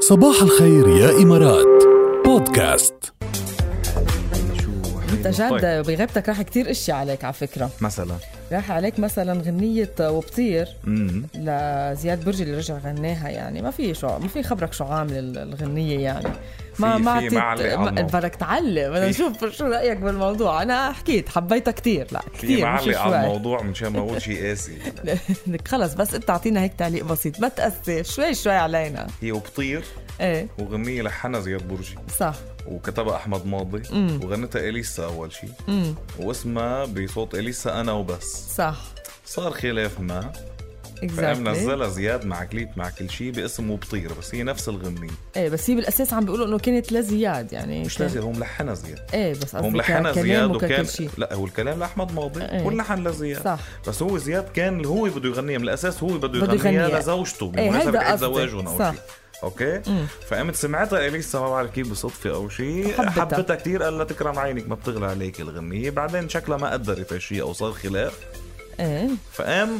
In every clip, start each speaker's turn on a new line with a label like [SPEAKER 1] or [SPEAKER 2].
[SPEAKER 1] صباح الخير يا إمارات بودكاست
[SPEAKER 2] شو حلو.
[SPEAKER 3] انت جاد
[SPEAKER 2] طيب،
[SPEAKER 3] بغيبتك راح كتير اشي عليك على فكره
[SPEAKER 2] مثلا
[SPEAKER 3] راح عليك مثلا غنيه وبطير
[SPEAKER 2] امم
[SPEAKER 3] لزياد برجي اللي رجع غناها يعني ما في شو ما في خبرك شو عامل ال- الغنيه يعني ما
[SPEAKER 2] في-
[SPEAKER 3] ما
[SPEAKER 2] في معلق
[SPEAKER 3] ما-
[SPEAKER 2] عنه.
[SPEAKER 3] بدك تعلق بدنا
[SPEAKER 2] في-
[SPEAKER 3] نشوف شو رايك بالموضوع انا حكيت حبيتها كتير لا
[SPEAKER 2] في
[SPEAKER 3] كثير
[SPEAKER 2] معلق على الموضوع مشان ما اقول شيء قاسي
[SPEAKER 3] خلص بس انت اعطينا هيك تعليق بسيط ما تاثر شوي شوي علينا
[SPEAKER 2] هي وبطير
[SPEAKER 3] ايه
[SPEAKER 2] وغنية لحنها زياد برجي
[SPEAKER 3] صح
[SPEAKER 2] وكتبها احمد ماضي
[SPEAKER 3] مم.
[SPEAKER 2] وغنتها اليسا اول شيء
[SPEAKER 3] امم
[SPEAKER 2] واسمها بصوت اليسا انا وبس
[SPEAKER 3] صح
[SPEAKER 2] صار خلاف ما فقام
[SPEAKER 3] اكزاكتلي
[SPEAKER 2] نزلها زياد مع كليب مع كل شيء باسم وبطير بس هي نفس الغنية
[SPEAKER 3] ايه بس هي بالاساس عم بيقولوا انه كانت لزياد يعني
[SPEAKER 2] مش
[SPEAKER 3] كان-
[SPEAKER 2] لازم هو ملحنها زياد
[SPEAKER 3] ايه بس
[SPEAKER 2] هو
[SPEAKER 3] قصدي
[SPEAKER 2] ملحنها
[SPEAKER 3] ك-
[SPEAKER 2] زياد
[SPEAKER 3] كلام
[SPEAKER 2] وكان
[SPEAKER 3] وككل شيء
[SPEAKER 2] لا هو الكلام لاحمد ماضي
[SPEAKER 3] إيه.
[SPEAKER 2] واللحن لزياد
[SPEAKER 3] صح
[SPEAKER 2] بس هو زياد كان اللي هو بده يغنيها من الاساس هو بده
[SPEAKER 3] بده
[SPEAKER 2] يغنيها
[SPEAKER 3] يغنيها.
[SPEAKER 2] لزوجته
[SPEAKER 3] إيه،
[SPEAKER 2] بمناسبه
[SPEAKER 3] هيدا
[SPEAKER 2] عيد
[SPEAKER 3] قصدي.
[SPEAKER 2] زواجهم او
[SPEAKER 3] صح.
[SPEAKER 2] شيء اوكي
[SPEAKER 3] مم.
[SPEAKER 2] فقامت سمعتها اليسا ما بعرف كيف بالصدفه او شيء
[SPEAKER 3] حبتها.
[SPEAKER 2] حبتها كثير قال لها تكرم عينك ما بتغلى عليك الغنيه بعدين شكلها ما قدرت هالشيء او صار خلاف
[SPEAKER 3] ايه
[SPEAKER 2] فقام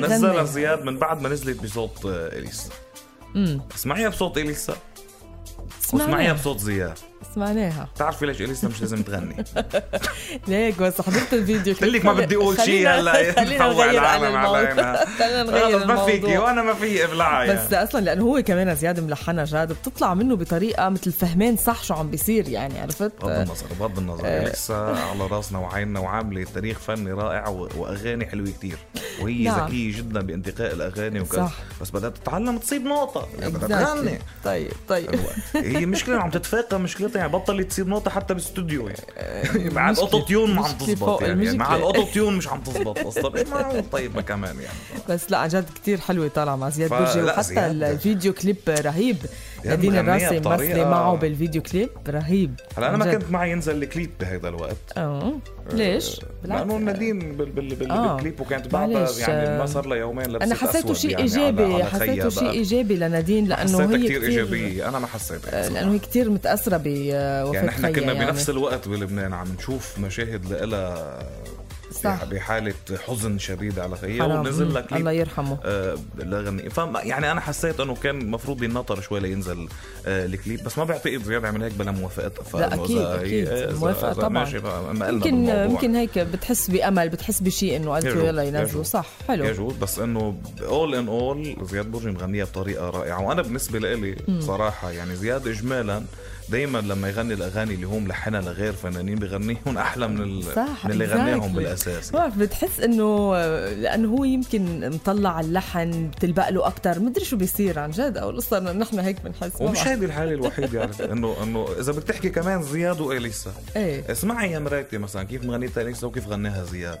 [SPEAKER 2] نزلها
[SPEAKER 3] غنيها.
[SPEAKER 2] زياد من بعد ما نزلت بصوت آه، اليسا
[SPEAKER 3] امم
[SPEAKER 2] اسمعيها بصوت اليسا واسمعيها
[SPEAKER 3] سمعناها
[SPEAKER 2] بصوت زياد
[SPEAKER 3] سمعناها
[SPEAKER 2] بتعرفي ليش اليسا مش لازم تغني
[SPEAKER 3] ليك بس حضرت الفيديو
[SPEAKER 2] قلت لك ما بدي اقول شيء
[SPEAKER 3] خلينا-
[SPEAKER 2] هلا
[SPEAKER 3] خلينا
[SPEAKER 2] طوع
[SPEAKER 3] نغير عن
[SPEAKER 2] العالم علينا
[SPEAKER 3] الموضوع خلينا نغير
[SPEAKER 2] خلص ما فيكي
[SPEAKER 3] الموضوع
[SPEAKER 2] وانا ما في ابلعها يعني.
[SPEAKER 3] بس اصلا لانه هو كمان زياد ملحنه جاد بتطلع منه بطريقه مثل فهمان صح شو عم بيصير يعني عرفت
[SPEAKER 2] بغض النظر بغض النظر
[SPEAKER 3] آه.
[SPEAKER 2] اليسا على راسنا وعيننا وعامله تاريخ فني رائع و- واغاني حلوه كتير وهي
[SPEAKER 3] نعم.
[SPEAKER 2] ذكيه جدا بانتقاء الاغاني وكذا
[SPEAKER 3] صح.
[SPEAKER 2] بس بدها تتعلم تصيب نقطه يعني بدها
[SPEAKER 3] Exactly.
[SPEAKER 2] تغني
[SPEAKER 3] طيب طيب
[SPEAKER 2] هي مشكله عم تتفاقم مشكلتها يعني بطلت تصيب نقطه حتى بالاستوديو يعني مع
[SPEAKER 3] آه، مشكلة-
[SPEAKER 2] الاوتو تيون ما عم
[SPEAKER 3] مشكلة
[SPEAKER 2] تزبط
[SPEAKER 3] فوق
[SPEAKER 2] يعني, يعني مع
[SPEAKER 3] المشكلة.
[SPEAKER 2] الاوتو تيون مش عم تزبط اصلا إيه معقول طيب ما كمان يعني
[SPEAKER 3] بس لا عن جد كثير حلوه طالعه مع زياد
[SPEAKER 2] ف-
[SPEAKER 3] برجي
[SPEAKER 2] لا،
[SPEAKER 3] وحتى
[SPEAKER 2] زياد-
[SPEAKER 3] الفيديو كليب رهيب
[SPEAKER 2] زياد
[SPEAKER 3] نادين
[SPEAKER 2] مغنية
[SPEAKER 3] الراسي ممثله
[SPEAKER 2] بطريقة-
[SPEAKER 3] معه بالفيديو كليب رهيب
[SPEAKER 2] هلا انا
[SPEAKER 3] عن
[SPEAKER 2] ما
[SPEAKER 3] جد.
[SPEAKER 2] كنت معي ينزل الكليب بهذا الوقت
[SPEAKER 3] اه
[SPEAKER 2] آه،
[SPEAKER 3] ليش؟
[SPEAKER 2] لانه نادين بال بال بال
[SPEAKER 3] آه.
[SPEAKER 2] بالكليب وكانت بعدها
[SPEAKER 3] معلش،
[SPEAKER 2] يعني ما
[SPEAKER 3] آه.
[SPEAKER 2] صار لها يومين لبست
[SPEAKER 3] انا حسيته
[SPEAKER 2] أسود
[SPEAKER 3] شيء
[SPEAKER 2] يعني على-
[SPEAKER 3] ايجابي
[SPEAKER 2] على
[SPEAKER 3] حسيته
[SPEAKER 2] خيها
[SPEAKER 3] شيء
[SPEAKER 2] بقى.
[SPEAKER 3] ايجابي لنادين لانه
[SPEAKER 2] حسيتها
[SPEAKER 3] هي يعني
[SPEAKER 2] كثير ايجابيه انا ما حسيتها
[SPEAKER 3] لانه هي كثير متاثره بوفاه
[SPEAKER 2] يعني احنا كنا
[SPEAKER 3] خيا
[SPEAKER 2] بنفس الوقت
[SPEAKER 3] يعني.
[SPEAKER 2] بلبنان عم نشوف مشاهد لها
[SPEAKER 3] صح.
[SPEAKER 2] بحاله حزن شديد على خيها
[SPEAKER 3] حرام.
[SPEAKER 2] ونزل لها
[SPEAKER 3] مم. الله
[SPEAKER 2] كليب
[SPEAKER 3] يرحمه
[SPEAKER 2] آه، لغني فم يعني انا حسيت انه كان المفروض ينطر شوي لينزل آه، الكليب بس ما بعتقد زياد عمل هيك بلا موافقتها فإنه
[SPEAKER 3] لا، أكيد،
[SPEAKER 2] إذا هي-
[SPEAKER 3] أكيد.
[SPEAKER 2] إذا- إذا-
[SPEAKER 3] موافقة
[SPEAKER 2] إذا
[SPEAKER 3] طبعاً.
[SPEAKER 2] ماشي فما قلنا
[SPEAKER 3] يمكن
[SPEAKER 2] بالموضوع.
[SPEAKER 3] يمكن هيك بتحس بامل بتحس بشيء انه قالوا
[SPEAKER 2] يجوز،
[SPEAKER 3] يلا ينزلوا
[SPEAKER 2] يجوز.
[SPEAKER 3] صح حلو
[SPEAKER 2] يجوز بس انه اول ان اول زياد برجي مغنيها بطريقه رائعه وانا بالنسبه لإلي صراحه يعني زياد اجمالا دايما لما يغني الاغاني اللي هو ملحنها لغير فنانين بغنيهم احلى من, ال...
[SPEAKER 3] صح،
[SPEAKER 2] من اللي غناهم
[SPEAKER 3] exactly.
[SPEAKER 2] بالاساس
[SPEAKER 3] ما بعرف بتحس انه لانه هو يمكن مطلع اللحن بتلبق له اكثر مدري شو بيصير عن جد او القصه إنه نحن هيك بنحس ما
[SPEAKER 2] ومش
[SPEAKER 3] بعرف.
[SPEAKER 2] هذه الحاله الوحيده يعني انه انه اذا بدك تحكي كمان زياد واليسا
[SPEAKER 3] ايه
[SPEAKER 2] اسمعي يا مراتي مثلا كيف غنيتها اليسا وكيف غناها زياد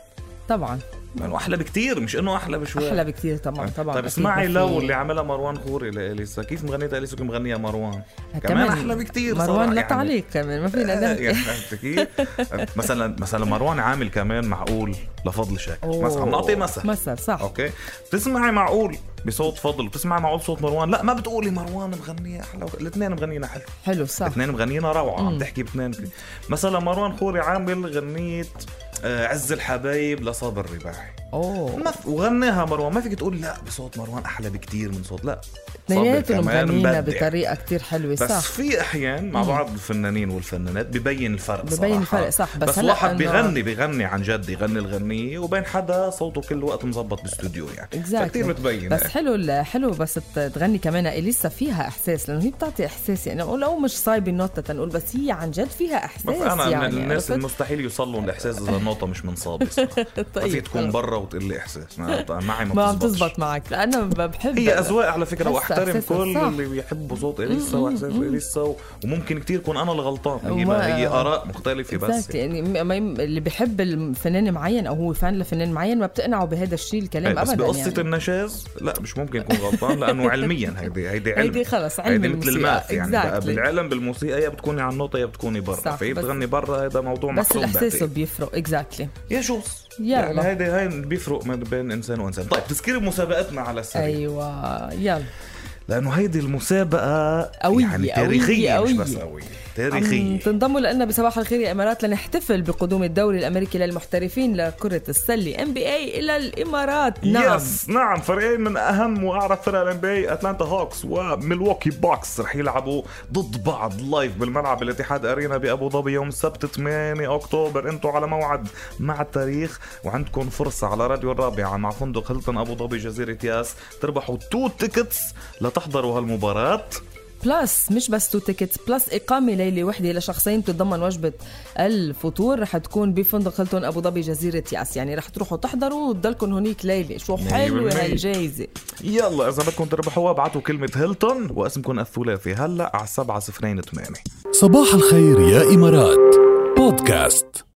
[SPEAKER 3] طبعا
[SPEAKER 2] لانه احلى بكتير مش انه احلى بشوي
[SPEAKER 3] احلى بكثير طبعا طبعا أكيد
[SPEAKER 2] طيب اسمعي
[SPEAKER 3] ما في-
[SPEAKER 2] لو اللي عملها مروان خوري لاليسا كيف مغنيتها اليسا وكيف مغنيها مروان كمان احلى بكتير
[SPEAKER 3] مروان
[SPEAKER 2] صراحة
[SPEAKER 3] لا
[SPEAKER 2] يعني.
[SPEAKER 3] تعليق كمان ما فينا نحكي
[SPEAKER 2] يعني عرفت كيف؟ مثلا مثلا مروان عامل كمان معقول لفضل شاكر
[SPEAKER 3] أوه.
[SPEAKER 2] مثلا عم نعطي مثل
[SPEAKER 3] مثل صح
[SPEAKER 2] اوكي بتسمعي معقول بصوت فضل بتسمعي معقول صوت مروان لا ما بتقولي مروان مغنيه احلى الاثنين مغنيين حلو
[SPEAKER 3] حلو صح
[SPEAKER 2] الاثنين مغنيين روعه عم
[SPEAKER 3] مم.
[SPEAKER 2] تحكي باثنين مثلا مروان خوري عامل غنيه آه، عز الحبايب لصابر الرباحي
[SPEAKER 3] اوه
[SPEAKER 2] ما في وغناها مروان ما فيك تقول لا بصوت مروان احلى بكتير من صوت لا
[SPEAKER 3] اثنيناتهم
[SPEAKER 2] صابر كمان
[SPEAKER 3] مغنينا
[SPEAKER 2] مبدع.
[SPEAKER 3] بطريقه كتير حلوه
[SPEAKER 2] بس
[SPEAKER 3] صح
[SPEAKER 2] في احيان مع بعض الفنانين والفنانات ببين الفرق
[SPEAKER 3] ببين
[SPEAKER 2] صراحة.
[SPEAKER 3] الفرق، صح،
[SPEAKER 2] بس,
[SPEAKER 3] بس
[SPEAKER 2] بس
[SPEAKER 3] هلأ
[SPEAKER 2] واحد
[SPEAKER 3] أنا-
[SPEAKER 2] بيغني بيغني عن جد يغني الغنيه وبين حدا صوته كل وقت مزبط باستوديو يعني
[SPEAKER 3] Exactly.
[SPEAKER 2] فكتير بتبين
[SPEAKER 3] بس حلو ال- حلو بس ت- تغني كمان اليسا فيها احساس لانه هي بتعطي احساس يعني لو مش صايبه النوتة تنقول بس هي عن جد فيها احساس
[SPEAKER 2] بس انا
[SPEAKER 3] يعني
[SPEAKER 2] يعني الناس
[SPEAKER 3] عرفت؟
[SPEAKER 2] المستحيل يوصل لهم الاحساس اذا النوطه مش من صابي طيب تكون
[SPEAKER 3] خلص.
[SPEAKER 2] برا وتقول لي احساس ما- معي ما,
[SPEAKER 3] ما عم
[SPEAKER 2] بتزبطش.
[SPEAKER 3] تزبط معك لأ، انا بحب
[SPEAKER 2] هي اذواق على فكره
[SPEAKER 3] بس
[SPEAKER 2] واحترم
[SPEAKER 3] إحساسها
[SPEAKER 2] كل
[SPEAKER 3] صح.
[SPEAKER 2] اللي بيحبوا صوت اليسا واحساس اليسا و- وممكن كتير يكون انا الغلطان هي,
[SPEAKER 3] وما-
[SPEAKER 2] ما هي اراء مختلفه بس
[SPEAKER 3] Exactly. يعني م- ما يم- اللي بحب الفنان معين او هو فان لفنان معين ما بتقنعه بهذا الشيء الكلام
[SPEAKER 2] إيه، بس
[SPEAKER 3] ابدا
[SPEAKER 2] بقصة
[SPEAKER 3] يعني.
[SPEAKER 2] النشاز لا مش ممكن يكون غلطان لانه علميا هيدي هيدي علم
[SPEAKER 3] هيدي خلص علم
[SPEAKER 2] هيدي مثل
[SPEAKER 3] الموسيقى.
[SPEAKER 2] الماث يعني بقى
[SPEAKER 3] Exactly.
[SPEAKER 2] بالعلم بالموسيقى يا بتكوني على النوطه يا بتكوني برا
[SPEAKER 3] صح،
[SPEAKER 2] فهي
[SPEAKER 3] بس-
[SPEAKER 2] بتغني برا هذا موضوع
[SPEAKER 3] بس
[SPEAKER 2] محسوب
[SPEAKER 3] الاحساس
[SPEAKER 2] بعتقد.
[SPEAKER 3] بيفرق اكزاكتلي
[SPEAKER 2] يجوز
[SPEAKER 3] يلا.
[SPEAKER 2] يعني هيدي هاي بيفرق من بين انسان وانسان طيب تذكير مسابقتنا على السريع
[SPEAKER 3] ايوه يلا
[SPEAKER 2] لانه هيدي المسابقه
[SPEAKER 3] قوية،
[SPEAKER 2] يعني تاريخيه
[SPEAKER 3] قوية،
[SPEAKER 2] مش
[SPEAKER 3] قوية.
[SPEAKER 2] بس قويه تاريخية
[SPEAKER 3] عم تنضموا لنا بصباح الخير يا امارات لنحتفل بقدوم الدوري الامريكي للمحترفين لكره السله ام بي اي الى الامارات نعم
[SPEAKER 2] يس نعم فريقين من اهم واعرب فرق الان بي اتلانتا هوكس وميلواكي بوكس رح يلعبوا ضد بعض لايف بالملعب الاتحاد ارينا بابو ظبي يوم السبت 8 اكتوبر انتم على موعد مع التاريخ وعندكم فرصه على راديو الرابعه مع فندق هيلتون ابو ظبي جزيره ياس تربحوا تو تيكتس لتحضروا هالمباراه
[SPEAKER 3] بلس مش بس تو تيكتس بلس إقامة ليلة وحدة لشخصين بتتضمن وجبة الفطور رح تكون بفندق هيلتون أبو ظبي جزيرة ياس يعني رح تروحوا تحضروا وتضلكم هونيك ليلة شو حلوة
[SPEAKER 2] 100%.
[SPEAKER 3] هالجايزة
[SPEAKER 2] يلا اذا بدكم تربحوها ابعتوا كلمه هيلتون واسمكم الثلاثي هلا على 7 0 8
[SPEAKER 1] صباح الخير يا إمارات بودكاست